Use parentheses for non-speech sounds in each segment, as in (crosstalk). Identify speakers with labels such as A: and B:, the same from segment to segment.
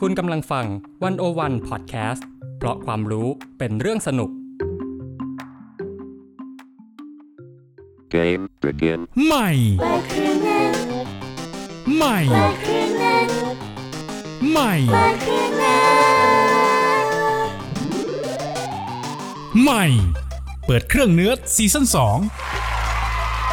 A: คุณกำลังฟังวันโอวันพอดแคสต์เพราะความรู้เป็นเรื่องสนุก
B: Game begin.
C: ใหม่
D: Bakunin,
C: ใหม่
D: Bakunin,
C: ใหม่
D: Bakunin.
C: ใหม่ เปิดเครื่องเนื้อซีซั่น2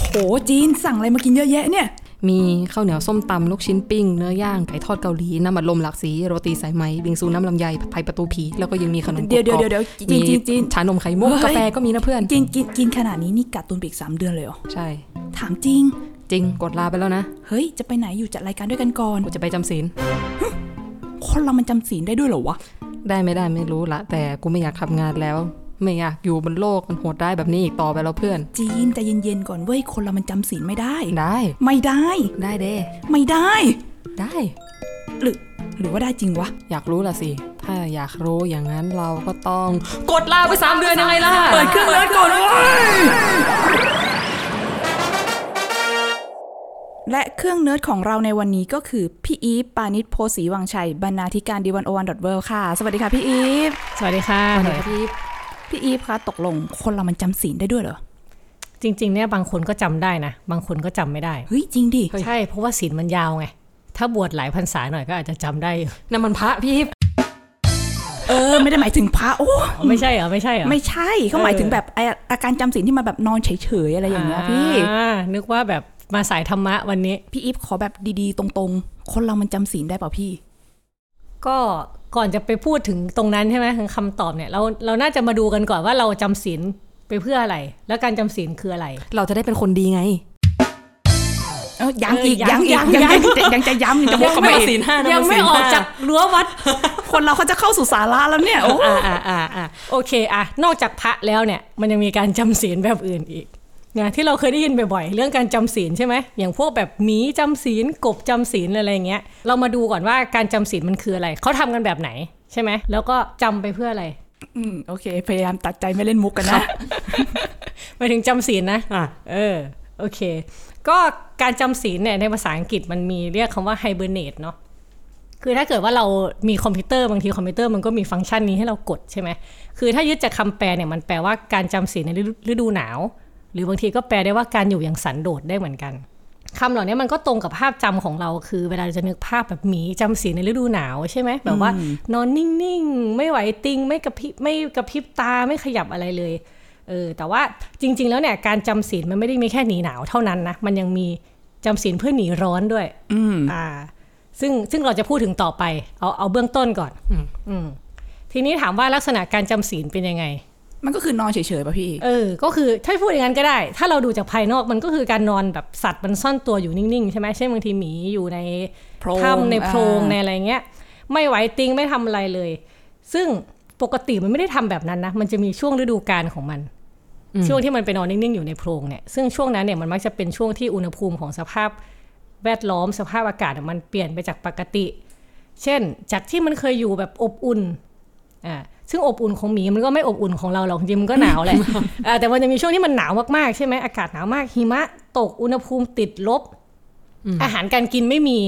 E: โหจีนสั่งอะไรมากินเยอะแยะเนี่ย
F: มีข้าวเหนียวส้มตำลูกชิ้นปิ้ง เนื้อย่าง ไก่ทอดเกาหลี น้ำมันลมหลากสี โรตีสายไหม บิงซูน้ำลำไยผัดไทยประตูผี แล้วก็ยังมีขนมกรุบกรอบ
E: เดี๋ยวเดี๋ยวเดี๋ยวจีน
F: มี
E: จีนจีน
F: ชานมไข่มุก
E: เฮ้ย
F: กาแฟก็มีนะเพื่อน
E: กินกินกินขนาดนี้นี่กัดตุนไปอีกสามเดือนเลยเหรอ
F: ใช่
E: ถามจริง
F: จริงกดลาไปแล้วนะ
E: เฮ้ย จะไปไหนอยู่จัดรายการด้วยกันก่อน
F: กูจะไปจำศีล
E: คนเรามันจำศีลได้ด้วยเหรอวะ
F: ได้ไม่ได้ไม่รู้ละ แต่กูไม่อยากทำงานแล้ว ไม่อยากอยู่บนโลกมันโหดได้ายแบบนี้อีกต่อไปแล้วเพื่อน
E: จีนใจเย็นๆก่อนเว้ย คนเรามันจำศีลไม่ได้
F: ได้
E: ไม่ได้
F: ได้เด้
E: ไม่ได้
F: ได้
E: หรือ หรือว่าได้จริงวะ
F: อยากรู้ละสิ ถ้าอยากรู้อย่างนั้นเราก็ต้อง กดลาไปสามเดือนยังไงล่ะ
E: เปิดเครื่องร้อนก่อนเว้ยและเครื่องเนิร์ดของเราในวันนี้ก็คือ พี่อีฟปานิชโพสีวังชัยบรรณาธิการดีวันโอวันดอทเวค่ะ สวัสดีค่ะพี่อีฟ
G: สวัสดีค่ะ
F: สวัสดีครับพี่
E: พี่อีฟคะตกลงคนเรามันจำศีลได้ด้วยเหรอ
G: จริง ๆ เนี่ยบางคนก็จำได้นะ บางคนก็จำไม่ได้
E: เฮ้ย จริงดิ
F: เฮ้ย
G: ใช่เพราะว่าศีลมันยาวไง ถ้าบวชหลายพรรษาหน่อยก็อาจจะจำได้อยู่
F: น้ำมันพระพี่
E: เออ ไม่ได้หมายถึงพระโอ้
G: อ๋อ (gasps) ไม่ใช่เหรอ ไม่ใช่เหรอ
E: ไม่ใช่เขาหมายถึงแบบไอ้อาการจำศีลที่มาแบบนอนเฉยๆ อะไรอย่างเงี้ยพี่
G: อ่านึกว่าแบบมาสายธรรมะวันนี้
E: พี่อีฟขอแบบดีๆ ตรงๆ คนเรามันจำศีลได้เปล่าพี่
G: ก็ก่อนจะไปพูดถึงตรงนั้นใช่ไหมถึงคำตอบเนี่ยเราเราน่าจะมาดูกันก่อนว่าเราจำศีลไปเพื่ออะไร แล้วการจำศีลคืออะไร
F: เราจะได้เป็นคนดีไง
E: เออยังอีก
G: เออยั
E: ยัง
G: ง
E: อีก
G: ยั
E: ยัง
G: ง
E: ยังยังจะย้ำยังจะวกเข้ามาอีก
F: ศีลห้านะ
G: ยังไม่ออกจากรั้ววัด
E: คนเราเขาจะเข้าสู่สาระแล้วเนี่ยโอ้
G: อ่าอ่าอ่าอ่าโอเคอ่ะนอกจากพระแล้วเนี่ย มันยังมีการจำศีลแบบอื่นอีกนะที่เราเคยได้ยินบ่อยๆ เรื่องการจำศีลใช่ไหมอย่างพวกแบบหมีจำศีลกบจำศีลอะไรอย่างเงี้ย เรามาดูก่อนว่าการจำศีลมันคืออะไรเขาทำกันแบบไหนใช่ไหมแล้วก็จำไปเพื่ออะไร
E: อืมโอเค พยายามตัดใจไม่เล่นมุกกันนะ
G: หมายถึงจำศีลนะอ่ะเออโอเค ก็การจำศีลเนี่ยในภาษาอังกฤษมันมีเรียกคำว่า hibernate เนาะ คือถ้าเกิดว่าเรามีคอมพิวเตอร์บางทีคอมพิวเตอร์มันก็มีฟังก์ชันนี้ให้เรากดใช่ไหม คือถ้ายึดจากคำแปลเนี่ยมันแปลว่าการจำศีลในฤดูฤดูหนาว หรือบางทีก็แปลได้ว่าการอยู่อย่างสันโดษได้เหมือนกันคำเหล่านี้มันก็ตรงกับภาพจำของเรา คือเวลาเราจะนึกภาพแบบหมีจำศีลในฤดูหนาวใช่ไหมแบบว่านอนนิ่งๆ ไม่ไหวติงไม่กระพริบไม่กระพริบตาไม่ขยับอะไรเลยเออแต่ว่าจริง ๆ แล้วเนี่ยการจำศีลมันไม่ได้มีแค่หนีหนาวเท่านั้นนะมันยังมีจำศีลเพื่อหนีร้อนด้วยอ่า ซึ่งซึ่งเราจะพูดถึงต่อไป เอาเอาเบื้องต้นก่อนอืมทีนี้ถามว่าลักษณะการจำศีลเป็นยังไง
E: มันก็คือนอนเฉยๆป่ะพี่
G: เออ ก็คือถ้าพูดอย่างนั้นก็ได้ ถ้าเราดูจากภายนอกมันก็คือการนอนแบบสัตว์มันซ่อนตัวอยู่นิ่งๆ ใช่ไหมเช่นบางทีหมีอยู่ใน
E: โพรง
G: ถ้ำในโพรง
E: อ่า
G: ในอะไรเงี้ย ไม่ไหวติงไม่ทำอะไรเลย ซึ่งปกติมันไม่ได้ทำแบบนั้นนะ มันจะมีช่วงฤดูกาลของมัน ช่วงที่มันไปนอนนิ่งๆ อยู่ในโพรงเนี่ย ซึ่งช่วงนั้นเนี่ยมันมักจะเป็นช่วงที่อุณหภูมิของสภาพแวดล้อมสภาพอากาศอะมันเปลี่ยนไปจากปกติ เช่น จากที่มันเคยอยู่แบบอบอุ่น อ่า ซึ่งอบอุ่นของหมีมันก็ไม่อบอุ่นของเราหรอกจริงๆมันก็หนาว
F: (laughs)
G: แหละ อ่าแต่มันจะมีช่วงที่มันหนาวมากๆ ใช่ไหมอากาศหนาวมาก หิมะตก อุณหภูมิติดลบ อาหารการกินไม่มี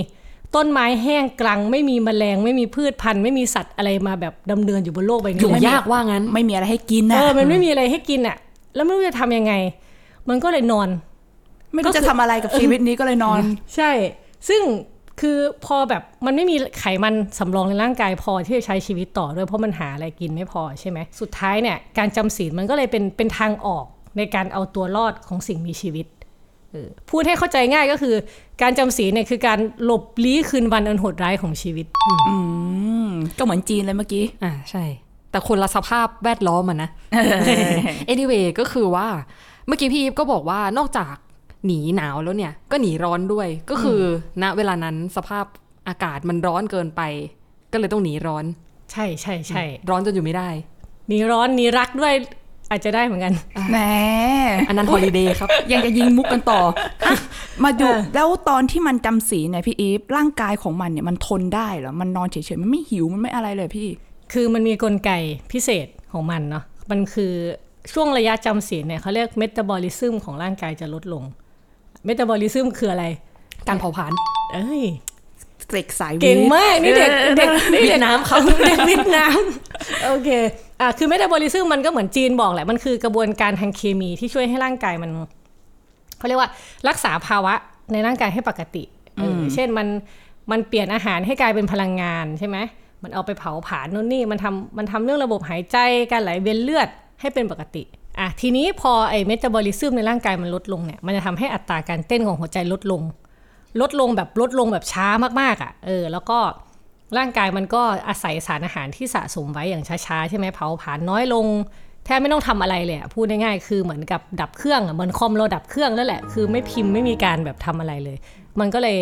G: ต้นไม้แห้งกรัง ไม่มีแมลง ไม่มีพืชพันธุ์ ไม่มีสัตว์อะไรมาแบบดำเนินอยู่บนโลกใบนี้
F: อยู่
G: เลย
F: ยากว่างั้น
E: ไม่มีอะไรให้กินนะ
G: เออ มันไม่มีอะไรให้กินอ่ะ แล้วไม่รู้จะทำยังไง มันก็เลยนอน
E: ไม่รู้จะทำอะไรกับชีวิตนี้ก็เลยนอน
G: ใช่ ซึ่งคือพอแบบมันไม่มีไขมันสำรองในร่างกายพอที่จะใช้ชีวิตต่อด้วยเพราะมันหาอะไรกินไม่พอใช่ไหม สุดท้ายเนี่ยการจำศีลมันก็เลยเป็นเป็นทางออกในการเอาตัวรอดของสิ่งมีชีวิตเออพูดให้เข้าใจง่ายก็คือ การจำศีลเนี่ยคือการหลบลี้คืนวันอันโหดร้ายของชีวิต
E: ก็เหมือนจีนเลยเมื่อกี้
F: อ่าใช่ แต่คนละสภาพแวดล้อมมันนะ (laughs) anyway ก็คือว่า เมื่อกี้พี่อีฟก็บอกว่านอกจากหนีหนาวแล้วเนี่ย ก็หนีร้อนด้วย ก็คือณเวลานั้นสภาพอากาศมันร้อนเกินไป ก็เลยต้องหนีร้อน
G: ใช่ใช่ใช่
F: ร้อนจนอยู่ไม่ได้
G: หนีร้อนหนีรักด้วยอาจจะได้เหมือนกัน
E: แหม
F: อันนั้นฮอลิเดย์ครับ
E: (laughs) ยังจะยิงมุกกันต่ออะมาดูแล้วตอนที่มันจำศีลเนี่ยพี่อีฟร่างกายของมันเนี่ยมันทนได้เหรอ มันนอนเฉยๆ มันไม่หิว มันไม่อะไรเลยพี่
G: คือมันมีกลไกพิเศษของมันเนาะ มันคือ ช่วงระยะจำศีลเนี่ยเขาเรียกเมตาบอลิซึมของร่างกายจะลดลง เมตาบอลิซึมคืออะไร
F: การเผาผลาญ
G: เอ้ย
E: เด็กสายวิ
G: เก่ง
E: ทย์
G: มาก นี่เด็กเด็กนี่
F: วิ
G: เด็
F: ด
G: ก
F: น้ำเขา
G: เด็กวิทย์น้ำ โอเค อ่ะคือเมตาบอลิซึมมันก็เหมือนจีนบอกแหละ มันคือกระบวนการทางเคมีที่ช่วยให้ร่างกายมันเขาเรียกว่ารักษาภาวะในร่างกายให้ปกติเออเช่นมันมันเปลี่ยนอาหารให้กลายเป็นพลังงานใช่ไหมมันเอาไปเผาผลาญนู่นนี่มันทำมันทำเรื่องระบบหายใจการไหลเวียนเลือดให้เป็นปกติอ่ะทีนี้พอไอ้เมตาบอลิซึมในร่างกายมันลดลงเนี่ยมันจะทำให้อัตราการเต้นของหัวใจลดลง ลดลงแบบลดลงแบบช้ามากๆอ่ะ เออ แล้วก็ร่างกายมันก็อาศัยสารอาหารที่สะสมไว้อย่างช้าๆ ใช่ไหมเผาผลาญน้อยลง แทบไม่ต้องทำอะไรเลยอะพูดง่ายๆคือเหมือนกับดับเครื่องอะเหมือนคอมเราดับเครื่องนั่นแหละ คือไม่พิมพ์ไม่มีการแบบทำอะไรเลย มันก็เลย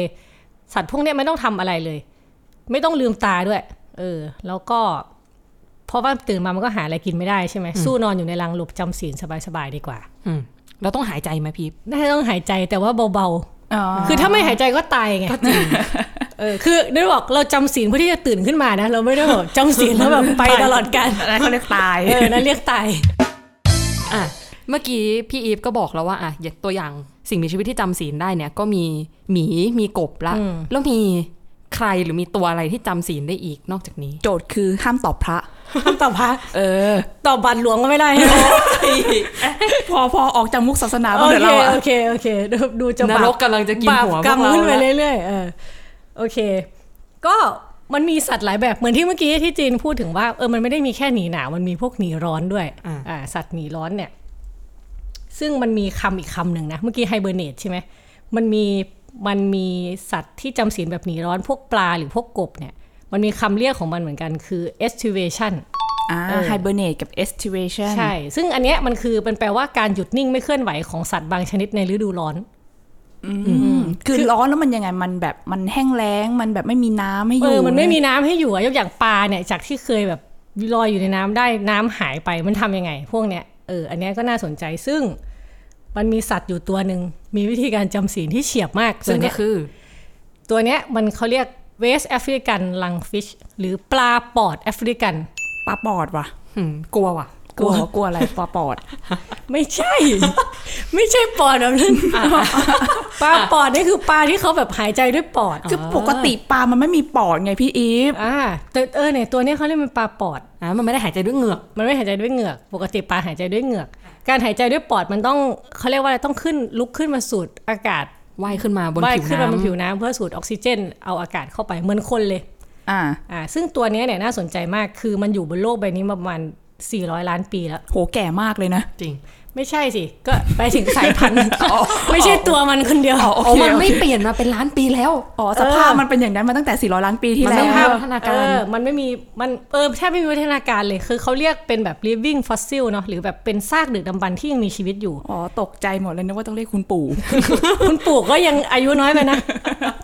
G: สัตว์พวกเนี้ยไม่ต้องทำอะไรเลย ไม่ต้องลืมตาด้วย เออ แล้วก็เพราะว่าตื่นมามันก็หาอะไรกินไม่ได้ใช่ไหมสู้นอนอยู่ในรังหลบจำศีลสบายๆดีกว่า
F: อืมเราต้องหายใจไหมพีบ
G: น่าจะต้องหายใจแต่ว่าเบาๆ
E: อ๋อ
G: คือถ้าไม่หายใจก็ตายไงเออคือนึกบอกเราจำศีลเพื่อที่จะตื่นขึ้นมานะ เราไม่ได้แบบจำศีลแล้วแบบไปตลอดกาล
E: อะไรเขาเรียกตาย
G: เออนั่นเรียก
E: (laughs)
G: ตาย
F: อ่ะเมื่อกี้พี่อีฟก็บอกแล้วว่าอ่ะอย่างตัวอย่างสิ่งมีชีวิตที่จำศีลได้เนี่ย ก็มีหมีมีกบละ
G: อืม
F: แล้วมีใครหรือมีตัวอะไรที่จำศีลได้อีกนอกจากนี้
E: โจทย์คือห้ามตอบพระ
G: ตอบพระ
E: เออ
G: ตอบบัตรหลวงก็ไม่ได้
E: พอพอออกจากมุกศาสนา
G: โอ
E: บ้างเถอะ
G: เค
E: เราอะ
G: โอเคโอเคดูดูจะ
F: น
G: บาป
F: รกกำลังจะกิน
G: บาป
F: หัวพวก
G: กรรม
F: เรา
G: ขึ้นไป
F: ละ
G: เรื่อยๆเออโอเค ก็มันมีสัตว์หลายแบบเหมือนที่เมื่อกี้ที่จีนพูดถึงว่าเออมันไม่ได้มีแค่หนีหนาวมันมีพวกหนีร้อนด้วย
F: อ่า
G: อ่าสัตว์หนีร้อนเนี่ย ซึ่งมันมีคำอีกคำหนึ่งนะ เมื่อกี้ไฮเบอร์เนตใช่ไหมมันมีมันมีสัตว์ที่จำศีลแบบหนีร้อนพวกปลาหรือพวกกบเนี่ย มันมีคำเรียกของมันเหมือนกันคือ estivation
E: อ่า
G: เออ
E: ไฮเบอร์เนตกับ estivation
G: ใช่ ซึ่งอันเนี้ยมันคือมันแปลว่าการหยุดนิ่งไม่เคลื่อนไหวของสัตว์บางชนิดในฤดูร้อน
E: อืมคือร้อนแล้วมันยังไง มันแบบ มันแห้งแล้ง มันแบบไม่มีน้ำให้อ
G: เอยู่ อ มันไม่มีน้ำให้อยู่อะยกอย่างปลาเนี่ยจากที่เคยแบบลอยอยู่ในน้ำได้น้ำหายไปมันทำยังไง พวกเนี้ยเอออันเนี้ยก็น่าสนใจซึ่งมันมีสัตว์อยู่ตัวหนึ่งมีวิธีการจำศีลที่เฉียบมาก
F: ซึ่ง
G: ตัวเนี้
F: ก็
G: ย
F: คือ
G: ตัวเนี้ยมันเขาเรียกเวสแอฟริกันลังฟิชหรือปลาปอดแอฟริกัน
E: ปลาปอดว่ะ
F: หืมกลัวว่ะ
E: กลัวกลัวอะไรปลาปอด
G: ไม่ใช่ (laughs) ไม่ใช่ปอดแบบนั้นปลาปอดนี่คือปลาที่เขาแบบหายใจด้วยปอด
E: คือปกติปลามันไม่มีปอดไงพี่อีฟ
G: อ่าแต่เออเนี่ยตัวเนี้ยเขาเรียกมันปลาปอด
F: อ่ะมันไม่ได้หายใจด้วยเหงือก
G: มันไม่หายใจด้วยเหงือก ปกติปลาหายใจด้วยเหงือก การหายใจด้วยปอดมันต้องเขาเรียกว่าอะไรต้องขึ้นลุกขึ้นมาสูดอากาศ
F: ว่ายขึ้นมาบน
G: ว่าย
F: ผิว
G: ขึ้นมาบน
F: น้ำ
G: ผิวน้ำเพื่อสูดออกซิเจน เอาอากาศเข้าไปเหมือนคนเลย
E: อ่า
G: อ่าซึ่งตัวเนี้ยเนี่ยน่าสนใจมากคือมันอยู่บนโลกใบนี้มาประมาณ 400 ล้านปีแล้ว
E: โหแก่มากเลยนะ
F: จริง
G: ไม่ใช่สิ ก็ไปถึงสายพั
F: (laughs)
G: นธุ์ ไม่ใช่ตัวมันคนเดียว
E: โอเค
F: อ๋อ มันไม่เปลี่ยนมาเป็นล้านปีแล้ว
E: อ๋อ สภาพมันเป็นอย่างนั้นมาตั้งแต่ 400 ล้านปีที่
F: มัน
E: แล้
F: ไม่
E: ว
F: ห้ามพัฒนาการ
G: เออ มันไม่มี มัน เออ แทบไม่มีวัฒนาการเลย คือเขาเรียกเป็นแบบ living fossil เนอะหรือแบบเป็นซากดึกดำบรรพ์ที่ยังมีชีวิตอยู่
E: อ๋อ ตกใจหมดเลยนึกว่าต้องเรียกคุณปู่
G: (laughs) คุณปู่ก็ยังอายุน้อยไปนะ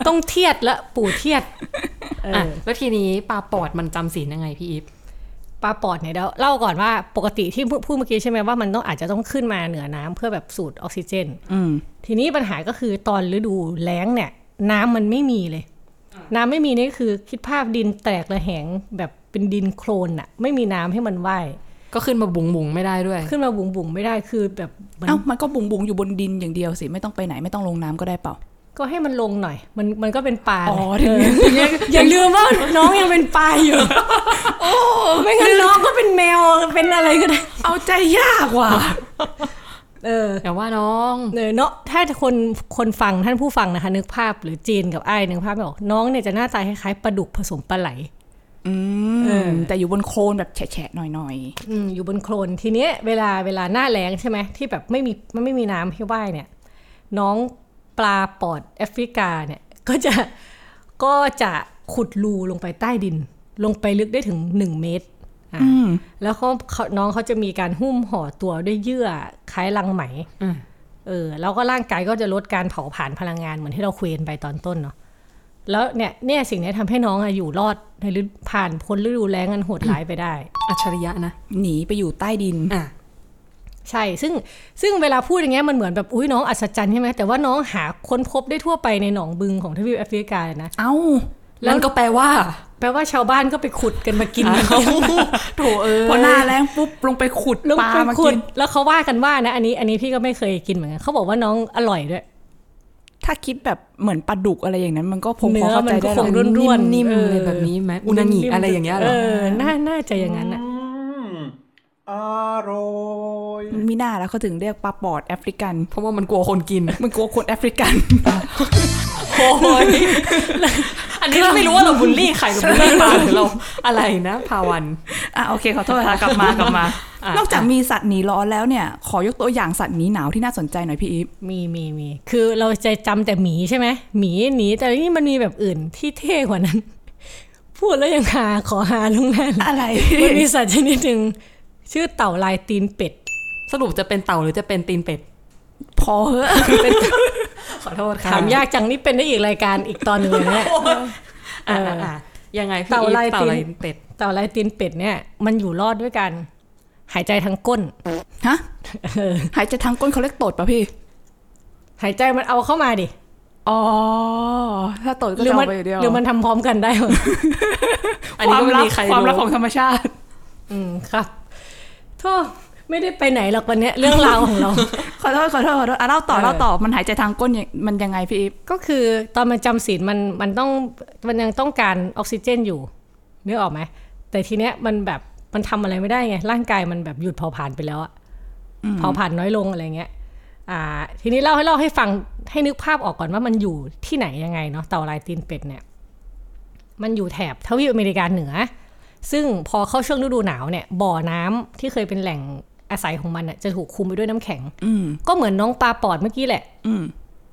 G: ต้องเทียดละปู่เทียดเออ
F: อ่ะ
G: อ
F: แล้วทีนี้ปลาปอดมันจำศีลยังไงพี่อีฟ
G: ปลาปอดเนี่ยเดี๋ยวเล่าก่อนว่าปกติที่พูดพูดเมื่อกี้ใช่ไหมว่ามันต้องอาจจะต้องขึ้นมาเหนือน้ำเพื่อแบบสูดออกซิเจน
E: อืม
G: ทีนี้ปัญหาก็คือตอนฤดูแล้งเนี่ย น้ำมันไม่มีเลย น้ำไม่มีนี่คือคิดภาพดินแตกระแหงแบบเป็นดินโคลนอะไม่มีน้ำให้มันว่าย
F: ก็ขึ้นมาบุงบุงๆไม่ได้ด้วย
G: ขึ้นมาบุ๋งบุ๋งๆไม่ได้คือแบบเหมือน
E: เอ้า มันก็บุ๋งบุงๆอยู่บนดินอย่างเดียวสิ ไม่ต้องไปไหนไม่ต้องลงน้ำก็ได้เปล่า
G: ก็ให้มันลงหน่อย มันมันก็เป็นปลา
E: อ๋อ
G: เอออย่าลืมว่าน้องยังเป็นปลาอยู่ โอ้ไม่งั้นน้องก็เป็นแมวเป็นอะไรก็ได้
E: เอาใจยากว่ะ
G: เออ
F: แต่ว่าน้อง
G: เออเนาะถ้าคนคนฟังท่านผู้ฟังนะคะ นึกภาพหรือจีนกับไอ้ายนึกภาพไม่ออกน้องเนี่ยจะหน้าตาคล้ายๆปลาดุกผสมปลาไหล
E: อืม
G: เออ
E: แต่อยู่บนโคลนแบบแฉะๆหน่อย
G: อืมอยู่บนโคลนทีเนี้ยเวลาเวลาหน้าแล้งใช่ไหมที่แบบไม่มีมันไม่มีน้ำให้ว่ายเนี่ย น้องปลาปอดแอฟริกาเนี่ย ก็จะก็จะขุดรูลงไปใต้ดิน ลงไปลึกได้ถึง 1 เมตรอ่ะแล้วเขาเขาน้องเขาจะมีการหุ้มห่อตัวด้วยเยื่อคล้ายลังไหม
F: อืม
G: เออแล้วก็ร่างกายก็จะลดการเผาผลาญพลังงานเหมือนที่เราคุยกันไปตอนต้นเนาะแล้วเนี่ยเนี่ยสิ่งเนี้ยทำให้น้องอะอยู่รอดในฤดูผ่านพ้นฤดูแล้งอันโหดร้ายไปได้
F: อัจฉริยะนะ
E: ๆ หนีไปอยู่ใต้ดิน
F: อ่ะ
G: ใช่ ซึ่งซึ่งเวลาพูดอย่างเงี้ยมันเหมือนแบบ อุ้ยน้องอัศจรรย์ใช่ไหม แต่ว่าน้องหาค้นพบได้ทั่วไปในหนองบึงของทวีปแอฟริกาเลยนะ
E: เอ้า
F: นั่นก็แปลว่า
G: แปลว่าชาวบ้านก็ไปขุดกันมา
F: (laughs)
G: กินเขาโถเอ้ย
E: พอหน้าแรงปุ๊บลงไปขุด
G: ลง
E: ปลา
G: ไป
E: มา
G: ขุ
E: กิ
G: ด
E: น
G: แล้วเขาว่ากันว่านะ อันนี้อันนี้พี่ก็ไม่เคยกินเหมือนกันเขาบอกว่าน้องอร่อยด้วย
E: ถ้าคิดแบบเหมือนปลาดุกอะไรอย่างนั้น มันก็พง
G: เนื้
E: พ
G: อ
E: อเข้าใจ
G: มันก็
E: ได้
G: ค
E: แล้
G: ง
E: ว
G: ร่วนๆ
F: นิ่ม
G: เอ
F: ๆ
G: อ
F: เลยแบบนี้ไหมอุนางิอะไรอย่างเงี้ยเหร
G: เอ
F: อ
G: อน่าน่าจะอย่างนั้นอ่ะ
B: Arroy.
E: มีหน้าแล้วเขาถึงเรียกปลาปอดแอฟริกัน
F: เพราะว่ามันกลัวคนกิน
E: (laughs) มันกลัวคนแอฟริกัน
F: โอ้
G: (laughs)
F: ยอันนี้เราไม่รู้ว่าเราบูลลี่ใครเราบูลลี่ปลาหรือเราอะไรนะพาวัน
E: อ่ะโอเคขอโทษค่ะกลับมากลับมา
F: อ่ะ
E: นอกจากมีสัตว์หนีร้อนแล้วเนี่ย ขอยกตัวอย่างสัตว์หนีหนาวที่น่าสนใจหน่อยพี่อีฟ
G: มีมีมีคือเราจะจำแต่หมีใช่ไหมหมีหนีแต่นี่มันมีแบบอื่นที่เท่กว่านั้น (laughs) พูดแล้วยังหาขอหาลงแน่เลย
E: อะไร
G: มันมีสัตว์ชนิดหนึ่งชื่อเต่าลายตีนเป็ด
F: สรุปจะเป็นเต่าหรือจะเป็นตีนเป็ด
E: พอเหอะ
F: ขอโทษค่ะ
G: ถามยากจังนี่เป็นได้อีกรายการอีกตอนหนึ่งเลย
E: (laughs)
G: เนี่ย
F: อ่ะอ่ะอ่ะยังไงพี่
G: เต่าลาย
F: เต่า
G: ตีน
F: ลายเป็ด
G: เต่าลายตีนเป็ดเนี่ยมันอยู่รอดด้วยกัน หายใจทางก้น
E: ฮะหายใจทางก้นเขาเรียกตดป่ะพี่
G: หายใจมันเอาเข้ามาดิ
E: อ๋อ ถ้าตดก็
G: หรือ
E: จะ
G: มัน
E: เอาไปเดียว
G: หรือมันทำพร้อมกันได้
E: (laughs)
G: หมด
F: อันนี้ก็ไม่มีใคร
E: ความลับ
F: รู้
E: ของธรรมชาติ
G: อืมครับโทษไม่ได้ไปไหนหรอกวันเนี้ยเรื่องราวของเรา
E: ขอโทษขอโทษขอโทษอ่ะเล่าต่อ
G: เออ
E: เล่าต่อมันหายใจทางก้นยังมันยังไงพี่อีฟ
G: ก็คือตอนมันจำศีลมันมันต้องมันยังต้องการออกซิเจนอยู่นึกออกไหมแต่ทีเนี้ยมันแบบมันทำอะไรไม่ได้ไงร่างกายมันแบบหยุดเผาผลาญไปแล้วอะเผาผลาญน้อยลงอะไรเงี้ย อ่า ทีนี้เล่าให้เล่าให้ฟังให้นึกภาพออกก่อนว่ามันอยู่ที่ไหนยังไงเนาะเต่าลายตีนเป็ดเนี่ย มันอยู่แถบทวีปอเมริกาเหนือ ซึ่งพอเข้าช่วงฤดูหนาวเนี่ย บ่อน้ำที่เคยเป็นแหล่งอาศัยของมันน่ะจะถูกคลุมไปด้วยน้ำแข็ง
E: อืม
G: ก็เหมือนน้องปลาปอดเมื่อกี้แหละ
E: อืม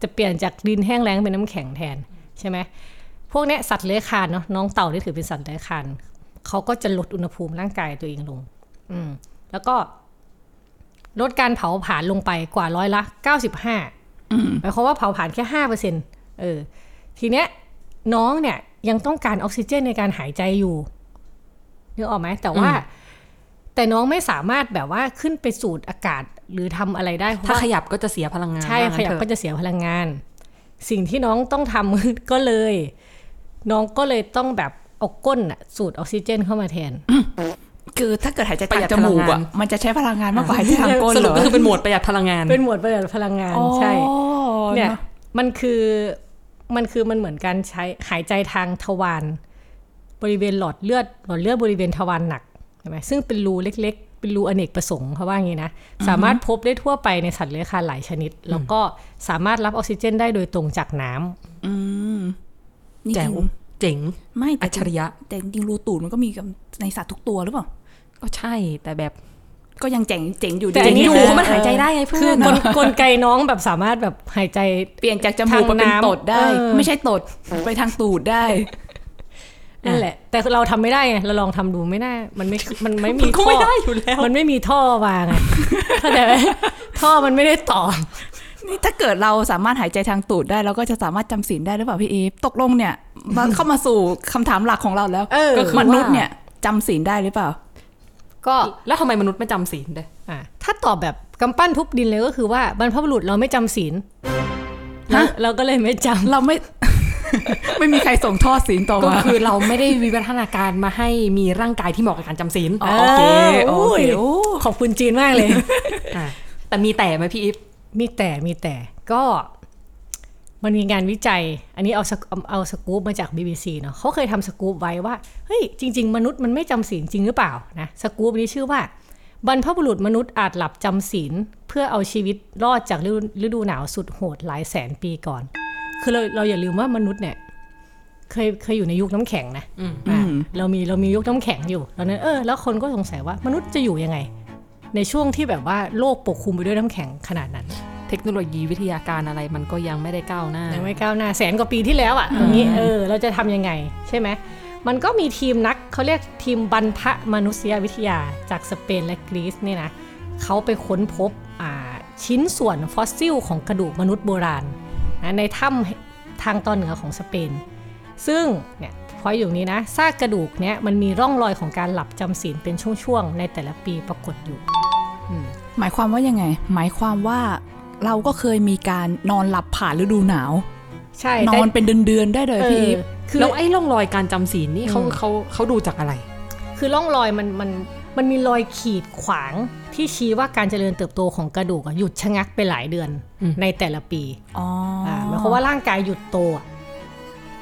G: จะเปลี่ยนจากดินแห้งแล้งเป็นน้ำแข็งแทนใช่ไหม พวกเนี้ยสัตว์เลื้อยคลานเนาะน้องเต่าที่ถือเป็นสัตว์เลื้อยคลานเขาก็จะลดอุณหภูมิร่างกายตัวเองลง อืม แล้วก็ลดการเผาผลาญลงไปกว่าร้อยละเก้าสิบห้าหมายความว่าเผาผลาญแค่ห้าเปอร์เซ็นเออ ทีเนี้ยน้องเนี่ยยังต้องการออกซิเจนในการหายใจอยู่นึกออกไหมแต่ว่า แต่น้องไม่สามารถแบบว่าขึ้นไปสูดอากาศหรือทำอะไรได้เพระ
F: ถ้า
G: ว่
F: ขยับก็จะเสียพลังงาน
G: ใช่
F: ว่า
G: ข
F: งั้น
G: ยับ
F: เถอะ
G: ก็จะเสียพลังงาน สิ่งที่น้องต้องทำ (laughs) ก็เลย น้องก็เลยต้องแบบเอาก้นน่ะสูดออกซิเจนเข้ามาแทน
E: คือถ้าเกิดหายใจ
F: ประ
E: ทา
F: ห
E: ง
F: ยัด
E: จมูก
F: พลังงา
E: อ่ะ
F: น
E: มันจะใช้พลังงานมากกว่าหายใจทางก้น
F: ส
E: เห
F: รุ
E: ร
F: ป
E: อ
F: ก็คือเป็นหมวดประหยัดพลังงาน
G: เป็นหมวดประหยัดพลังงาน
E: อ๋อ
G: ใช่เนี่ย
E: อะ
G: มันคือมันคือมันเหมือนการใช้หายใจทางทวารบริเวณหลอดเลือดหลอดเลือดบริเวณทวารหนักใช่ไหมซึ่งเป็นรูเล็ก ๆ เป็นรูอเนกประสงค์เขาว่าอย่างนี้นะสามารถพบได้ทั่วไปในสัตว์เลื้อยคลานหลายชนิด แล้วก็สามารถรับออกซิเจนได้โดยตรงจากน้ำ
E: อืมนี่
F: แจ๋
E: จริ
F: ว
E: ง
F: เจ๋ง
E: ไม่แต่
F: อัจฉริยะ
E: แต่จริงๆรูตูดมันก็มีกับในสัตว์ทุกตัวหรือเปล่า
F: ก็ใช่ แต่แบบ
E: ก็ยังเจ๋งเจ๋งอยู่ดี
G: แต่
F: เจ๋ง
G: นนี้
F: อยู่
G: เออ
F: เพราะมันหายใจได้ไงเพื่
G: คือ
F: อน
G: กลกลไกน้องแบบสามารถแบบหายใจ
E: เปลี่ยนจากจมูกมาเป็น
G: ทางน้ำ
E: ตดได้
G: เออ
E: ไม่ใช่ตดไปทางตูดได้
G: นั่นแหละ แต่เราทำไม่ได้ไงเราลองทำดูไม่ได้ มันไม่มันไม่มี
F: ก็
G: ท่อ
F: ไม่ได้อยู่แล้ว
G: มันไม่มีท่อวางไง (laughs) เข้าใจไหมท่อมันไม่ได้ต่อ
E: นี่ถ้าเกิดเราสามารถหายใจทางตูดได้เราก็จะสามารถจำศีลได้หรือเปล่าพี่อีฟตกลงเนี่ยมันเข้ามาสู่คำถามหลักของเราแล้ว
G: เออ
E: ก็คือมนุษย์เนี่ยจำศีลได้หรือเปล่า (laughs)
G: ก็
F: แล้วทำไมมนุษย์ไม่จำศีลด้วย
G: อ่ะถ้าตอบแบบกำปั้นทุบดินเลยก็คือว่าบรรพบุรุษเราไม่จำศีล
E: ฮะ
G: เราก็เลยไม่จำ
E: เราไม่ ไม่มีใครส่งทอดศีลต่อ
F: ก็
E: มา
F: คือเราไม่ได้วิวัฒนาการมาให้มีร่างกายที่เหมาะกับการจำศีล
E: อ๋อโอเคโอเค
G: โอ้
E: โอ้
G: ยขอบคุณจีนมากเลย
F: ะแต่มีแต่ไหมพี่อิฟ
G: มีแต่มีแต่ก็มันมีงานวิจัย อันนี้เอาสกเอาเอาสกู๊ปมาจาก BBC เนาะเขาเคยทำสกู๊ปไว้ว่าเฮ้ยจริง ๆ มนุษย์มันไม่จำศีลจริงหรือเปล่านะสกู๊ปนี้ชื่อว่า บรรพบุรุษมนุษย์อาจหลับจำศีลเพื่อเอาชีวิตรอดจากฤดูฤดูหนาวสุดโหดหลายแสนปีก่อน คือเราเราอย่าลืมว่ามนุษย์เนี่ยเคยเคยอยู่ในยุคน้ำแข็งนะอ่ะเรามีเรามียุคน้ำแข็งอยู่ตอนนั้นเออแล้วคนก็สงสัยว่ามนุษย์จะอยู่ยังไง ในช่วงที่แบบว่าโลกปกคลุมไปด้วยน้ำแข็งขนาดนั้น
F: เทคโนโลยีวิทยาการอะไรมันก็ยังไม่ได้ก้าวหน้า
G: ยังไม่ก้าวหน้าแสนกว่าปีที่แล้วอ่ะตรงนี้เออเราจะทำยังไงใช่ไหมมันก็มีทีมนักเขาเรียกทีมบรรพมนุษยวิทยาจากสเปนและกรีซเนี่ยนะเขาไปค้นพบอ่าชิ้นส่วนฟอสซิลของกระดูกมนุษย์โบราณนะในถ้ำทางตอนเหนือของสเปน ซึ่งเนี่ยพออยู่นี้นะซากกระดูกเนี่ยมันมีร่องรอยของการหลับจำศีลเป็นช่วงๆในแต่ละปีปรากฏอยู่
E: หมายความว่ายังไง หมายความว่าเราก็เคยมีการนอนหลับผ่านฤดูหนาว
G: ใช่
E: น
G: แต่
E: อนเป็นเดือนๆได้เลย
G: เอ
E: พี่
G: อ
E: อีฟ
G: คือ
F: แล้วไอ้ร่องรอยการจำศีลนี่เขา
G: อืม
F: เขาเขาดูจากอะไร
G: คือร่องรอยมันมันมันมีรอยขีดขวางที่ชี้ว่าการเจริญเติบโตของกระดูกอะหยุดชะงักไปหลายเดือน
F: อืม
G: ในแต่ละปี
E: อ๋ออา
G: หมายความว่าร่างกายหยุดโตอะ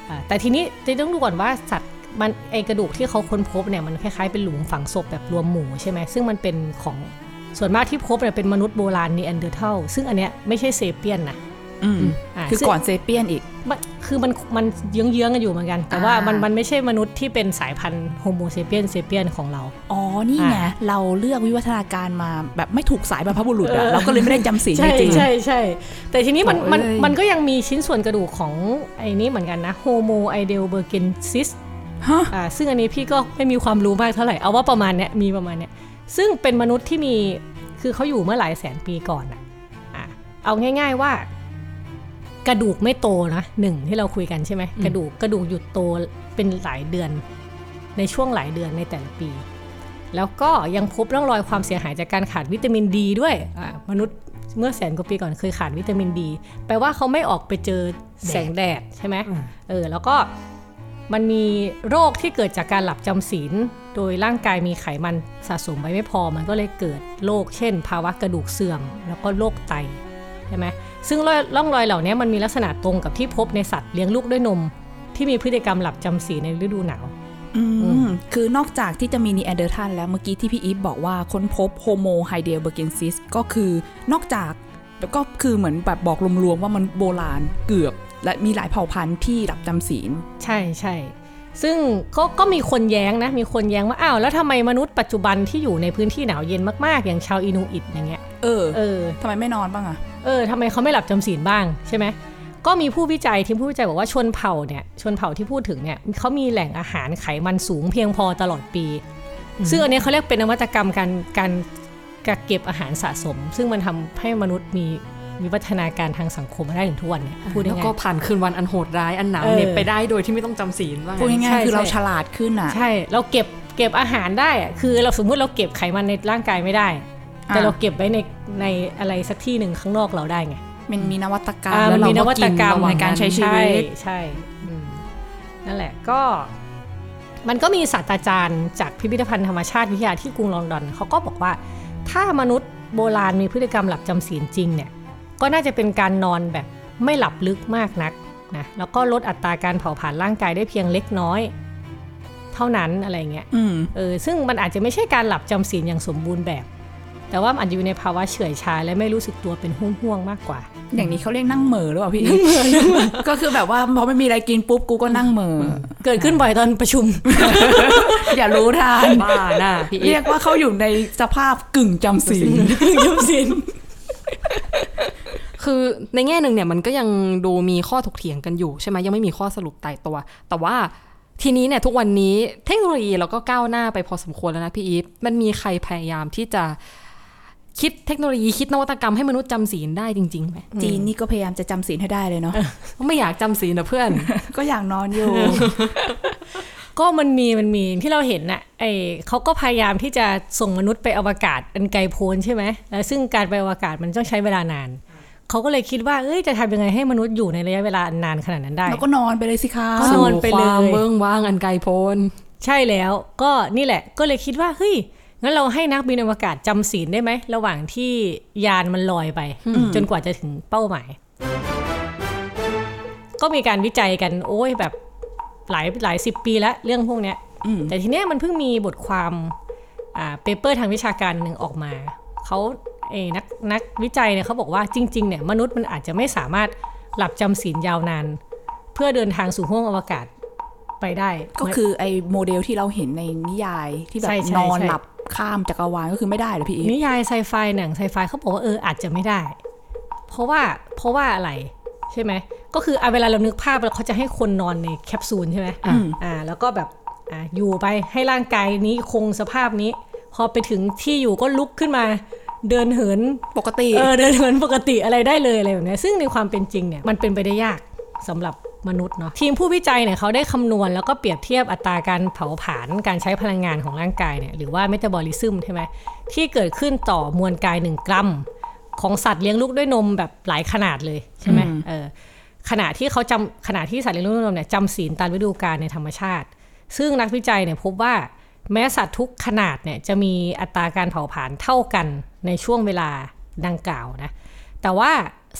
G: อ่าแต่ทีนี้จะต้องดูก่อนว่าสัตว์มันไอกระดูกที่เขาค้นพบเนี่ยมันคล้ายๆเป็นหลุมฝังศพแบบรวมหมู่ใช่ไหมซึ่งมันเป็นของส่วนมากที่พบเนี่ยเป็นมนุษย์โบราณนีแอนเดอร์เทลซึ่งอันเนี้ยไม่ใช่เซเปียนนะ
E: อืม
G: า
E: คือ
G: ซึ่ง
E: ก่อนเซเปียนอีก
G: มันคือมันมันเยื้องเยื้องๆกันอยู่เหมือนกัน แต่ว่า
E: อ่ามั
G: มันมันไม่ใช่มนุษย์ที่เป็นสายพันธุ์โฮโมเซเปียนเซเปียนของเรา
E: อ๋อ นี่ไง
G: อ่า
E: เราเลือกวิวัฒนาการมาแบบไม่ถูกสายบรรพบุรุษอะเราก็เลยไม่ได้จำศีลจ
G: ใช่
E: ริงๆ
G: ใช่ใช่แต่ทีนี้มัน
F: โอ้ย
G: มันมันก็ยังมีชิ้นส่วนกระดูกของไอ้นี้เหมือนกันนะโฮโมไอเดลเบอร์เกนซิส
E: ฮะ
G: อ่าซึ่งอันนี้พี่ก็ไม่มีความรู้มากเท่าไหร่ เอาว่าประมาณเนี้ยมีประมาณเนี้ยซึ่งเป็นมนุษย์ที่มีคือเขาอยู่เมื่อหลายแสนปีก่อนอะอ่ะเอาง่าย ๆว่า กระดูกไม่โตนะหนึ่งที่เราคุยกันใช่ไหมกระดูกกระดูกหยุดโตเป็นหลายเดือน ในช่วงหลายเดือนในแต่ละปี แล้วก็ยังพบร่องรอยความเสียหายจากการขาดวิตามินดีด้วยอ่ะมนุษย์เมื่อแสนกว่าปีก่อนเคยขาดวิตามินดี แปลว่าเขาไม่ออกไปเจอแสงแดดใช่ไหมเออแล้วก็มันมีโรคที่เกิดจากการหลับจำศีล โดยร่างกายมีไขมันสะสมไว้ไม่พอ มันก็เลยเกิดโรคเช่น ภาวะกระดูกเสื่อม แล้วก็โรคไตใช่ไหมซึ่งร่องรอยเหล่านี้มันมีลักษณะตรงกับที่พบในสัตว์เลี้ยงลูกด้วยนม ที่มีพฤติกรรมหลับจำศีลในฤดูหนาว
E: อืมคือนอกจากที่จะมีนีแอนเดอร์ทันแล้วเมื่อกี้ที่พี่อีฟบอกว่าค้นพบโฮโมไฮเดลเบอร์เกนซิสก็คือนอกจากแล้วก็คือเหมือนแบบบอกรวมๆว่ามันโบราณเกือบ และมีหลายเผ่าพันธุ์ที่รับจำศีล
G: ใช่ใช่ ซึ่งก็ก็มีคนแย้งนะ มีคนแย้งว่า อ้าว แล้วทำไมมนุษย์ปัจจุบันที่อยู่ในพื้นที่หนาวเย็นมาก ๆ อย่างชาวอินูอิตอย่างเงี้ย
E: เออ
G: เออ
E: ทำไมไม่นอนบ้างอะ
G: เออทำไมเขาไม่หลับจำศีลบ้างใช่ไหม ก็มีผู้วิจัยทีมผู้วิจัยบอกว่าชนเผ่าเนี่ย ชนเผ่าที่พูดถึงเนี่ยเขามีแหล่งอาหารไขมันสูงเพียงพอตลอดปี ซึ่งอันเนี้ยเขาเรียกเป็นนวัตกรรมการการกักเก็บอาหารสะสม ซึ่งมันทำให้มนุษย์มีมีวัฒนาการทางสังคมมาได้ถึงทุกวันเนี่ยพูด
F: แล้ว
G: ง่ายๆ
F: ก็ผ่านคืนวันอันโหดร้ายอันหนาว
G: เออ
F: เหน็บไปได้โดยที่ไม่ต้องจำศีลว่า
E: พูด
F: งั้น
E: ง่าย
G: ใช่
E: ๆคือเรา
G: ใช่
E: ฉลาดขึ้นอะ
G: ใช่ เราเก็บเก็บอาหารได้อะคือเราสมมุติเราเก็บไขมันในร่างกายไม่ได้ แต่
E: อ่า
G: เราเก็บไว้ในในอะไรสักที่หนึ่งข้างนอกเราได้ไง
E: มันมีนวัตกรรม
G: อ่า
E: แล้ว
G: มัน
E: เรา
G: มีน
E: ก็
G: วัตกรรม
E: ในการใช้ชีวิต
G: ใช่ใช่อืมนั่นแหละก็ มันก็มีศาสตราจารย์จากพิพิธภัณฑ์ธรรมชาติวิทยาที่กรุงลอนดอนเขาก็บอกว่า ถ้ามนุษย์โบราณมีพฤติกรรมหลับจำศีลจริงเนี่ย ก็น่าจะเป็นการนอนแบบไม่หลับลึกมากนักนะแล้วก็ลดอัตราการเผาผลาญร่างกายได้เพียงเล็กน้อย เท่านั้นอะไรเงี้ย
E: อืม
G: เออซึ่งมันอาจจะไม่ใช่การหลับจำศีลอย่างสมบูรณ์แบบ แต่ว่ามันอาจจะอยู่ในภาวะเฉื่อยชาและไม่รู้สึกตัวเป็นห่วงๆมากกว่า
E: อย่างนี้เขาเรียกนั่งเหม่อหรือเปล่าพี่นั่งเหม่อก็คือแบบว่าพอไม่มีอะไรกินปุ๊บกูก็นั่งเหม่อ
G: เกิดขึ้นบ่อยตอนประชุม (laughs)
E: อย่ารู้ทาน
F: บ้าน่ะพี่อี
E: เรียกว่าเขาอยู่ในสภาพกึ่งจำศีล
F: จำศีลคือในแง่หนึ่งเนี่ยมันก็ยังดูมีข้อถกเถียงกันอยู่ใช่ไหมยังไม่มีข้อสรุปตายตัว แต่ว่าทีนี้เนี่ยทุกวันนี้เทคโนโลยีเราก็ก้าวหน้าไปพอสมควรแล้วนะพี่อีฟมันมีใครพยายามที่จะคิดเทคโนโลยีคิดนวัตกรรมให้มนุษย์จำศีลได้จริงๆไหม
E: จีนนี่ก็พยายามจะจำศีลให้ได้เลยเนาะ
F: ไม่อยากจำศีลนะเพื่ (laughs) อน
E: ก็อยากนอนอยู่
G: ก็มันมีมันมีที่เราเห็นน่ะไอเขาก็พยายามที่จะส่งมนุษย์ไปอวกาศอันไกลโพ้นใช่ไหมแล้วซึ่งการไปอวกาศมันต้องใช้เวลานาน เขาก็เลยคิดว่าเอ้ยจะทำยังไงให้มนุษย์อยู่ในระยะเวลาอันนานขนาดนั้นได้
E: แล้วก็นอนไปเลยสิคะ
G: ก็ นอนไปเล
F: สู่ค
G: ย
F: วามเบิ้งว่างอันไกลโพ้น (laughs)
G: ใช่แล้วก็นี่แหละก็เลยคิดว่าเฮ้ยงั้นเราให้นักบินอวกาศจำศีลได้ไหม ระหว่างที่ยานมันลอยไป จนกว่าจะถึงเป้าหมาย ก็มีการวิจัยกันโอ้ยแบบหลายหลายสิบปีแล้วเรื่องพวกเนี้ยแต่ทีเนี้ยมันเพิ่งมีบทความอ่าเปเปอร์ทางวิชาการหนึ่งออกมาเขาเอยนักนักวิจัยเนี่ยเขาบอกว่าจริงๆเนี่ยมนุษย์มันอาจจะไม่สามารถหลับจำศีลยาวนาน เพื่อเดินทางสู่ห้วงอวกาศไปได้
E: ก็คือไอ้โมเดลที่เราเห็นในนิยายที่แบบ
G: ใช่ใช่
E: นอน
G: ใช่
E: หลับข้ามจักรวาลก็คือไม่ได้เลยพี่อีฟ
G: นิยายไซไฟหนังไซไฟเขาบอกว่าเอออาจจะไม่ได้ เพราะว่าเพราะว่าอะไรใช่ไหมก็คืออ่ะเวลาเรานึกภาพแล้วเขาจะให้คนนอนในแคปซูลใช่ไหม
F: อืม
G: อ่าแล้วก็แบบอ่าอยู่ไปให้ร่างกายนี้คงสภาพนี้ พอไปถึงที่อยู่ก็ลุกขึ้นมา เดินเหิน
E: ปกติ
G: เออเดินเหมือนปกติอะไรได้เลยอะไรแบบเนี้ยซึ่งในความเป็นจริงเนี่ยมันเป็นไปได้ยากสำหรับมนุษย์เนาะทีมผู้วิจัยเนี่ยเขาได้คำนวณแล้วก็เปรียบเทียบอัตราการเผาผลาญการใช้พลังงานของร่างกายเนี่ยหรือว่าเมตาบอลิซึมใช่ไหมที่เกิดขึ้นต่อมวลกาย 1 กรัม ของสัตว์เลี้ยงลูกด้วยนมแบบหลายขนาดเลยใช่ไหมเออ ขณะที่เขาจำขณะที่สัตว์เลี้ยงลูกด้วยนมเนี่ยจำศีลตามฤดูกาลในธรรมชาติ ซึ่งนักวิจัยเนี่ยพบว่าแม้สัตว์ทุกขนาดเนี่ยจะมีอัตราการเผาผลาญเท่ากันในช่วงเวลาดังกล่าวนะ แต่ว่า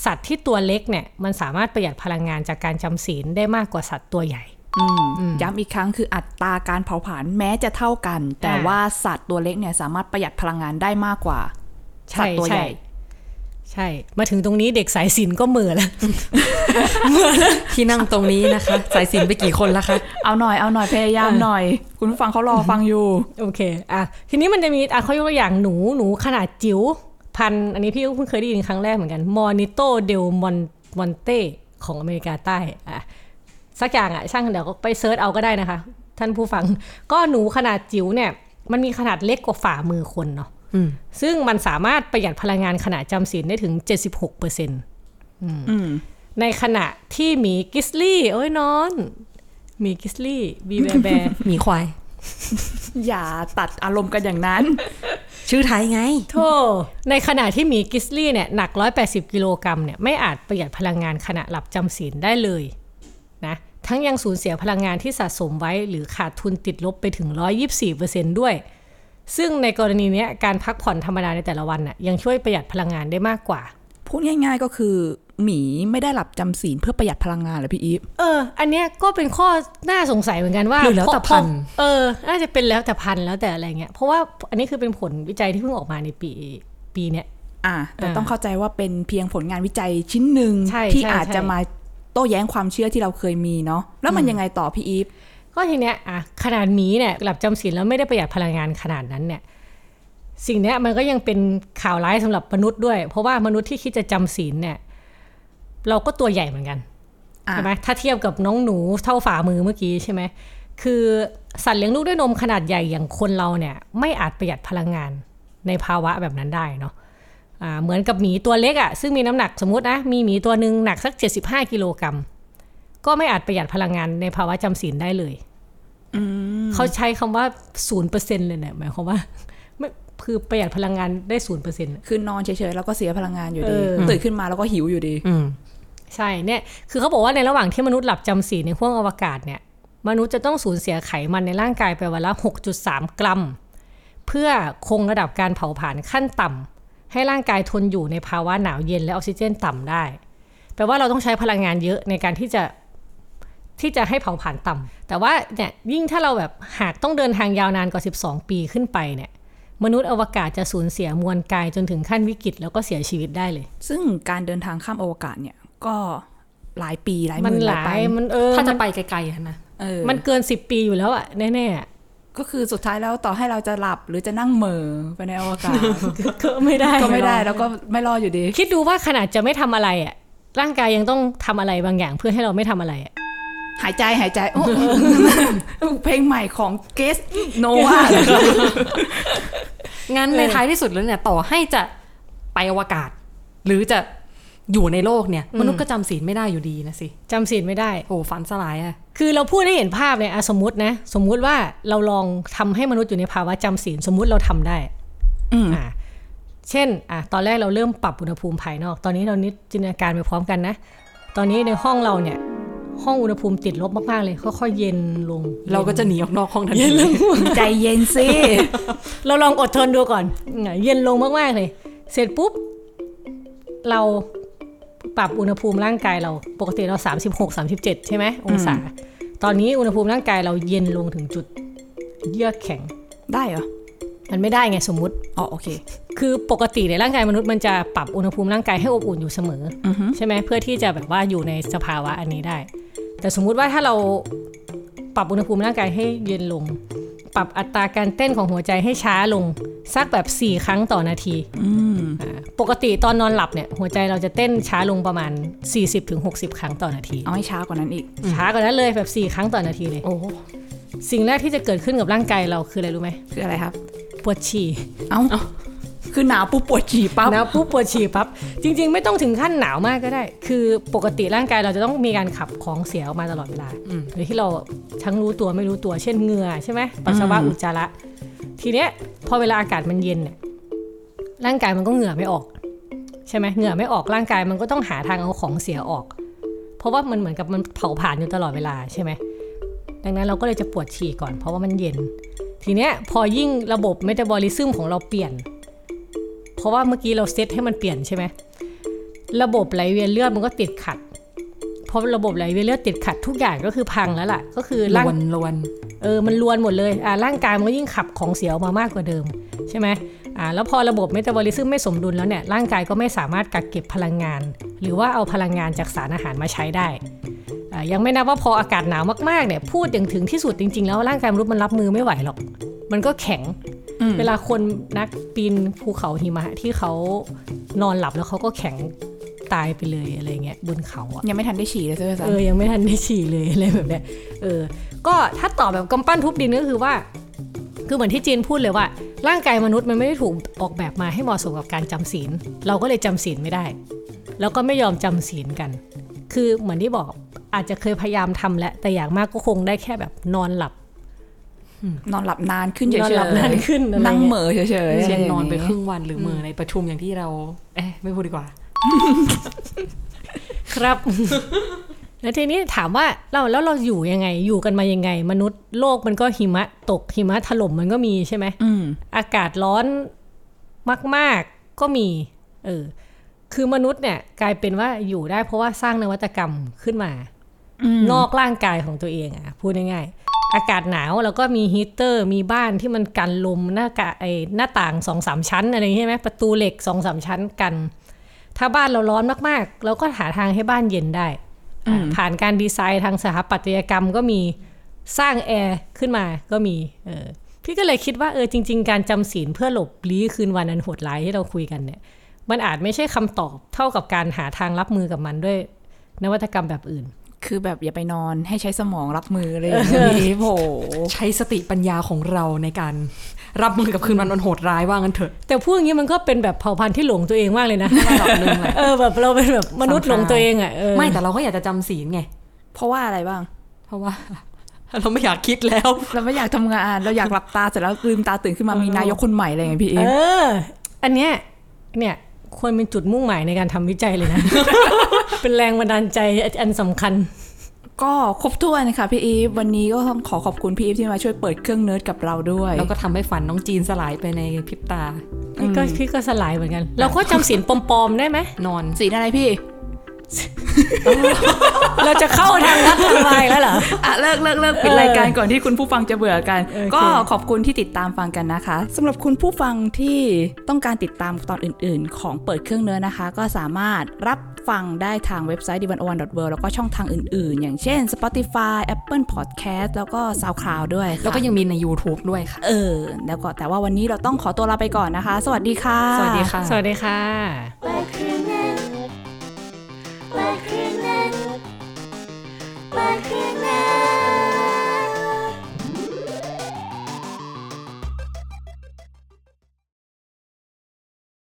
G: สัตว์ที่ตัวเล็กเนี่ยมันสามารถประหยัดพลังงานจากการจำศีลได้มากกว่าสัตว์ตัวใหญ่
E: ย้ำอีกครั้งคืออัตราการเผาผลาญแม้จะเท่ากัน แต่
G: อ่า
E: ว่าสัตว์ตัวเล็กเนี่ยสามารถประหยัดพลังงานได้มากกว่าสั
G: ใช่
E: ตว์ตัวใหญ่
G: ใช่ มาถึงตรงนี้เด็กสายศีลก็เหมือแล้ว
F: ที่นั่งตรงนี้นะคะ สายสินไปกี่คนแล้วคะ
E: เอาหน่อยเอาหน่อยพยายามหน่อย คุณผู้ฟังเขารอฟังอยู่
G: โอเค อ่ะ ทีนี้มันจะมี อ่ะเขายกตัวอย่างหนู หนูขนาดจิ๋ว พันธุ์อันนี้พี่ก็เพิ่งเคยได้ยินครั้งแรกเหมือนกัน มอนิโตเดลมอนมอนเตของอเมริกาใต้ อ่ะ สักอย่างอ่ะ ช่างเดี๋ยวก็ไปเซิร์ชเอาก็ได้นะคะ ท่านผู้ฟัง ก็หนูขนาดจิ๋วเนี่ย มันมีขนาดเล็กกว่าฝ่ามือคนเนาะ
F: อืม
G: ซึ่งมันสามารถประหยัดพลังงานขณะจำศีลได้ถึง 76เปอร์เซ็นต์ในขณะที่หมีกริสลี่ โอ้ยนอนหมีกริสลี่บีแบร์แบร์
F: หมีควาย
E: อย่าตัดอารมณ์กันอย่างนั้น
F: ชื่อไทยไง
G: โธ่ในขณะที่หมีกริสลี่เนี่ยหนัก 180 กิโลกรัมเนี่ยไม่อาจประหยัดพลังงานขณะหลับจำศีลได้เลยนะทั้งยังสูญเสียพลังงานที่สะสมไว้ หรือขาดทุนติดลบไปถึง 124%ด้วย ซึ่งในกรณีเนี้ยการพักผ่อนธรรมดาในแต่ละวันน่ะยังช่วยประหยัดพลังงานได้มากกว่า
E: พูดง่ายๆก็คือหมีไม่ได้หลับจำศีลเพื่อประหยัดพลังงานเหรอพี่อีฟ
G: เออ อันเนี้ยก็เป็นข้อน่าสงสัยเหมือนกันว่า
F: หรือแล้วแต่พันธุ์
G: เพราะเออ น่าจะเป็นแล้วแต่พันธุ์แล้วแต่อะไรเงี้ย เพราะว่าอันนี้คือเป็นผลวิจัยที่เพิ่งออกมาในปีปีเนี้ย
E: อ่ะแต่
G: อ่า
E: ต้องเข้าใจว่าเป็นเพียงผลงานวิจัยชิ้นหนึ่ง
G: ใช่
E: ที่
G: ใช่
E: อาจจะ
G: ใช่
E: มาโต้แย้งความเชื่อที่เราเคยมีเนาะแล้วมันยังไงต่อพี่อีฟ
G: ก็ทีเนี้ยอ่ะขนาดหมีเนี่ยหลับจำศีลแล้วไม่ได้ประหยัดพลังงานขนาดนั้นเนี่ย สิ่งเนี้ยมันก็ยังเป็นข่าวร้ายสำหรับมนุษย์ด้วย เพราะว่ามนุษย์ที่คิดจะจำศีลเนี่ย เราก็ตัวใหญ่เหมือนกัน
E: อ่ะ
G: ใช่ไหมถ้าเทียบกับน้องหนูเท่าฝ่ามือเมื่อกี้ใช่ไหมคือสัตว์เลี้ยงลูกด้วยนมขนาดใหญ่อย่างคนเราเนี่ย ไม่อาจประหยัดพลังงานในภาวะแบบนั้นได้เนาะอ่าเหมือนกับหมีตัวเล็กอะ่ะซึ่งมีน้ำหนักสมมตินะมีหมีตัวหนึ่งหนักสัก 75กิโลกรัม ก็ไม่อาจประหยัดพลังงานในภาวะจำศีลได้เลย เขาใช้คำว่าศูนย์เปอร์เซ็นเลยเนี่ยหมายความว่าไม่คือประหยัดพลังงานได้ศูนย์เปอร์เซ็น
E: คือนอนเฉยๆแล้วก็เสียพลังงานอยู่ดี
G: เออ
E: ตื่นขึ้นมาแล้วก็หิวอยู่ดี
F: อืม
G: ใช่เนี่ย คือเขาบอกว่าในระหว่างที่มนุษย์หลับจำศีลในห้วงอวกาศเนี่ย มนุษย์จะต้องสูญเสียไขมันในร่างกายไปวันละ 6.3 กรัม เพื่อคงระดับการเผาผลาญขั้นต่ำให้ร่างกายทนอยู่ในภาวะหนาวเย็นและออกซิเจนต่ำได้ แปลว่าเราต้องใช้พลังงานเยอะในการที่จะที่จะให้เผาผลาญต่ำแต่ว่าเนี่ยยิ่งถ้าเราแบบหากต้องเดินทางยาวนานกว่า 12 ปีขึ้นไปเนี่ย มนุษย์อวกาศจะสูญเสียมวลกายจนถึงขั้นวิกฤตแล้วก็เสียชีวิตได้เลย
E: ซึ่งการเดินทางข้ามอวกาศเนี่ยก็หลายปีหลายห
G: มัน
E: มื่น
G: ห
E: หลาย
G: ลา
E: พั
G: ย
E: น
G: มันเออ
F: ถ้าจะ
G: มัน
F: ไปไกลๆอะนะ
E: เออ
G: มันเกินสิบปีอยู่แล้วอะแน่ๆอะ
E: ก็คือสุดท้ายแล้วต่อให้เราจะหลับหรือจะนั่งเห
G: (laughs)
E: ม่อไปในอวกาศ
G: ก็ไม่ได้
E: ก็ไม่ได้แล้วก็ไม่รอดอยู่ดี
G: คิดดูว่าขนาดจะไม่ทำอะไรอะร่างกายยังต้องทำอะไรบางอย่างเพื่อให้เราไม่ทำอะไรอะ
E: หายใจ
G: (laughs)
E: หายใจโอ้ เพลงใหม่ของเกสโนวา (laughs)
F: งั้นในท้ายที่สุดแล้วเนี่ยต่อให้จะไปอวกาศ หรือจะอยู่ในโลกเนี่ย มนุษย์ก็จำศีลไม่ได้อยู่ดีนะสิ
G: จำศีลไม่ได้
F: โอ้ฝันสลายอะ
G: คือเราพูดให้เห็นภาพเนี่ยอะสมมตินะ สมมุติว่าเราลองทำให้มนุษย์อยู่ในภาวะจำศีลสมมุติเราทำได้
E: อืม
G: อ่ะเช่นอ่ะตอนแรกเราเริ่มปรับอุณหภูมิภายนอก ตอนนี้เรานิดจินตนาการไปพร้อมกันนะ ตอนนี้ในห้องเราเนี่ย ห้องอุณหภูมิติดลบมากๆเลยค่อยๆเย็นลง
F: เราก็จะหนีออกนอกห้องทันที
E: ใจเย็นสิ
G: เราลองอดทนดูก่อนเนี่ยเย็นลงมาก ๆ เลย เสร็จปุ๊บ เราปรับอุณหภูมิร่างกายเราปกติเรา 36 37 ใช่ไหมองศา ตอนนี้อุณหภูมิร่างกายเราเย็นลงถึงจุด เยือกแข็ง
E: ได้เหรอ
G: มันไม่ได้ไงสมมุติ
E: อ๋อโอเค
G: คือปกติในยร่างกายมนุษย์มันจะปรับอุณหภูมิร่างกายให้อบอุ่นอยู่เสมออใช่ไหมเพื่อที่จะแบบว่าอยู่ในสภาวะอันนี้ได้ แต่สมมุติว่าถ้าเราปรับอุณหภูมิร่างกายให้เย็นลง ปรับอัตราการเต้นของหัวใจให้ช้าลงสักแบบ 4 ครั้งต่อนาทีอ่าปกติตอนนอนหลับเนี่ยหัวใจเราจะเต้นช้าลงประมาณ 40-60 ครั้งต่อนาที
E: เอาให้ช้ากว่านั้นอีก
G: ช้ากว่านั้นเลยแบบ 4 ครั้งต่อนาทีเลย
F: โอ้
G: สิ่งแรกที่จะเกิดขึ้นกับร่างกายเราคืออะไรรู้ไหม
E: คืออะไรครับ
G: ปวดฉี่
E: เอ้า คือหนาวปุ๊บปวดฉี่ปั๊บ
G: หนาวปุ๊บปวดฉี่ปั๊บจริง ๆ ไม่ต้องถึงขั้นหนาวมากก็ได้ คือปกติร่างกายเราจะต้องมีการขับของเสียออกมาตลอดเวลาโดยที่เราทั้งรู้ตัวไม่รู้ตัวเช่นเหงื่อใช่ไหมปัสสาวะอุจจาระทีเนี้ยพอเวลาอากาศมันเย็นเนี่ยร่างกายมันก็เหงื่อไม่ออก ใช่ไหมเหงื่อไม่ออกร่างกายมันก็ต้องหาทางเอาของเสียออก เพราะว่ามันเหมือนกับมันเผาผลาญอยู่ตลอดเวลาใช่ไหม ดังนั้นเราก็เลยจะปวดฉี่ก่อน เพราะว่ามันเย็น ทีเนี้ยพอยิ่งระบบเมตาบอลิซึมของเราเปลี่ยน เพราะว่าเมื่อกี้เราเซตให้มันเปลี่ยนใช่ไหม ระบบไหลเวียนเลือดมันก็ติดขัด เพราะระบบไหลเวียนเลือดติดขัดทุกอย่างก็คือพังแล้วล่ะ ก็คือ
F: ล
G: ร่าง
F: วนลวน
G: เออ มันลวนหมดเลย อ่าร่างกายมันก็ยิ่งขับของเสียออกมามากกว่าเดิม ใช่ไหมอ่า แล้วพอระบบเมตาบอลิซึมไม่สมดุลแล้วเนี่ย ร่างกายก็ไม่สามารถกักเก็บพลังงาน หรือว่าเอาพลังงานจากสารอาหารมาใช้ได้ อ่า ยังไม่นับว่าพออากาศหนาวมากๆ เนี่ย พูดอย่างถึงที่สุดจริง ๆ แล้วร่างกายมนุษย์มันรับมือไม่ไหวหรอก มันก็แข็ง เวลาคนนักปีนภูเขาหิมะที่เขานอนหลับแล้วเขาก็แข็งตายไปเลยอะไรเงี้ยบนเขาอะ
E: ยังไม่ทันได้ฉี่เลยใช่ไหมจ๊ะ
G: เออ ยังไม่ทันได้ฉี่เลย (laughs) อะไรแบบเนี้ยเออ ก็ถ้าตอบแบบกำปั้นทุบดินก็คือว่า คือเหมือนที่จีนพูดเลยว่า ร่างกายมนุษย์มันไม่ได้ถูกออกแบบมาให้เหมาะสมกับการจำศีล เราก็เลยจำศีลไม่ได้ แล้วก็ไม่ยอมจำศีลกัน คือเหมือนที่บอกอาจจะเคยพยายามทำแล้วแต่อย่างมากก็คงได้แค่แบบนอนหลับ
E: นอนหลับนานขึ้นเฉย
G: นอนหลับนานขึ้นอะไรเงี้ย
E: นั่งเหม่อเฉยๆอะไรอย่าง
F: เช่น
E: งี้
F: นอนไปครึ่งวันหรือมือในประชุมอย่างที่เรา เอ๊ะไม่พูดดีกว่า
G: ครับ แล้วทีนี้ถามว่าเราแล้วเราอยู่ยังไง อยู่กันมายังไง มนุษย์โลกมันก็หิมะตกหิมะถล่มมันก็มีใช่ไหม
E: อืม
G: อากาศร้อนมาก ๆ ก็มี เออ คือมนุษย์เนี่ยกลายเป็นว่าอยู่ได้เพราะว่าสร้างนวัตกรรมขึ้นมา นอกร่างกายของตัวเองอะพูดง่ายๆ อากาศหนาวเราก็มีฮีตเตอร์ มีบ้านที่มันกันลมหน้ากาไอหน้าต่างสองสามชั้นอะไรอย่างงี้ใช่ไหมประตูเหล็กสองสามชั้นกัน ถ้าบ้านเราร้อนมากๆ เราก็หาทางให้บ้านเย็นได้อ่ะผ่านการดีไซน์ทางสถาปัตยกรรมก็มี สร้างแอร์ขึ้นมาก็มี เออ พี่ก็เลยคิดว่าเออจริง ๆ การจำศีลเพื่อหลบลี้คืนวันอันโหดร้ายที่เราคุยกันเนี่ย มันอาจไม่ใช่คำตอบเท่ากับการหาทางรับมือกับมันด้วยนวัตกรรมแบบอื่น
E: คือแบบอย่าไปนอนให้ใช้สมองรับมืออะไรอย่างนี้โผ
F: ใช้สติปัญญาของเราในการ รับมือกับคืนวันอันโหดร้ายว่างั้นเถอะ
G: แต่พูดอย่างนี้มันก็เป็นแบบเผ่าพันธุ์ที่หลงตัวเองมากเลยนะ (laughs)
F: ระดับหนึ่งแหละ
G: เออแบบเราเป็นแบบมนุษย์หลงตัวเองอ่ะเออ
F: ไม่แต่เราก็อยากจะจำศีลไง
E: เพราะว่าอะไรบ้าง
F: เพราะว่า (laughs) เราไม่อยากคิดแล้ว
E: เราไม่อยากทำงานเราอยากหลับตาเสร็จแล้วลืมตาตื่นขึ้นมามีนายกคนใหม่อะไรอย่างเงี้ยพี่
G: เอ
E: เอ๊ะ
G: อ อันเนี้ยเนี่ยควรเป็นจุดมุ่งหมายในการทำวิจัยเลยนะ (laughs) เป็นแรงบันดาลใจอันสำคัญ
E: ก็ครบถ้วนค่ะพี่อีฟวันนี้ก็ต้องขอขอบคุณพี่อีฟที่มาช่วยเปิดเครื่องเนิร์ดกับเราด้วย
F: แล้วก็ทำให้ฝันน้องจีนสลายไปในพริบตา
G: พี่ก็พี่ก็สลายเหมือนกัน เราก็จำศีลปลอมๆได้ไหม
F: นอน
E: สีอะไรพี่
G: เราจะเข้าทางรัฐทำลายแล้วเหรอ
E: อ่ะเลิกเลิกเลิกปิดรายการก่อนที่คุณผู้ฟังจะเบื่อกัน
G: โอเค
E: ก็ขอบคุณที่ติดตามฟังกันนะคะสำหรับคุณผู้ฟังที่ต้องการติดตามตอนอื่น ๆ ของเปิดเครื่องเนื้อนะคะ ก็สามารถรับฟังได้ทางเว็บไซต์ d ิวันอวันดอทแล้วก็ช่องทางอื่น ๆ อย่างเช่น Spotify Apple Podcast แล้วก็ SoundCloud ด้วยค่ะ
F: แล้วก็ยังมีใน YouTube ด้วยค่ะ
E: เออ แล้วก็แต่ว่าวันนี้เราต้องขอตัวลาไปก่อนนะคะ สวัสดีค่ะ
F: สวัสดีค่ะ
G: สวัสดีค่ะ
D: 巴克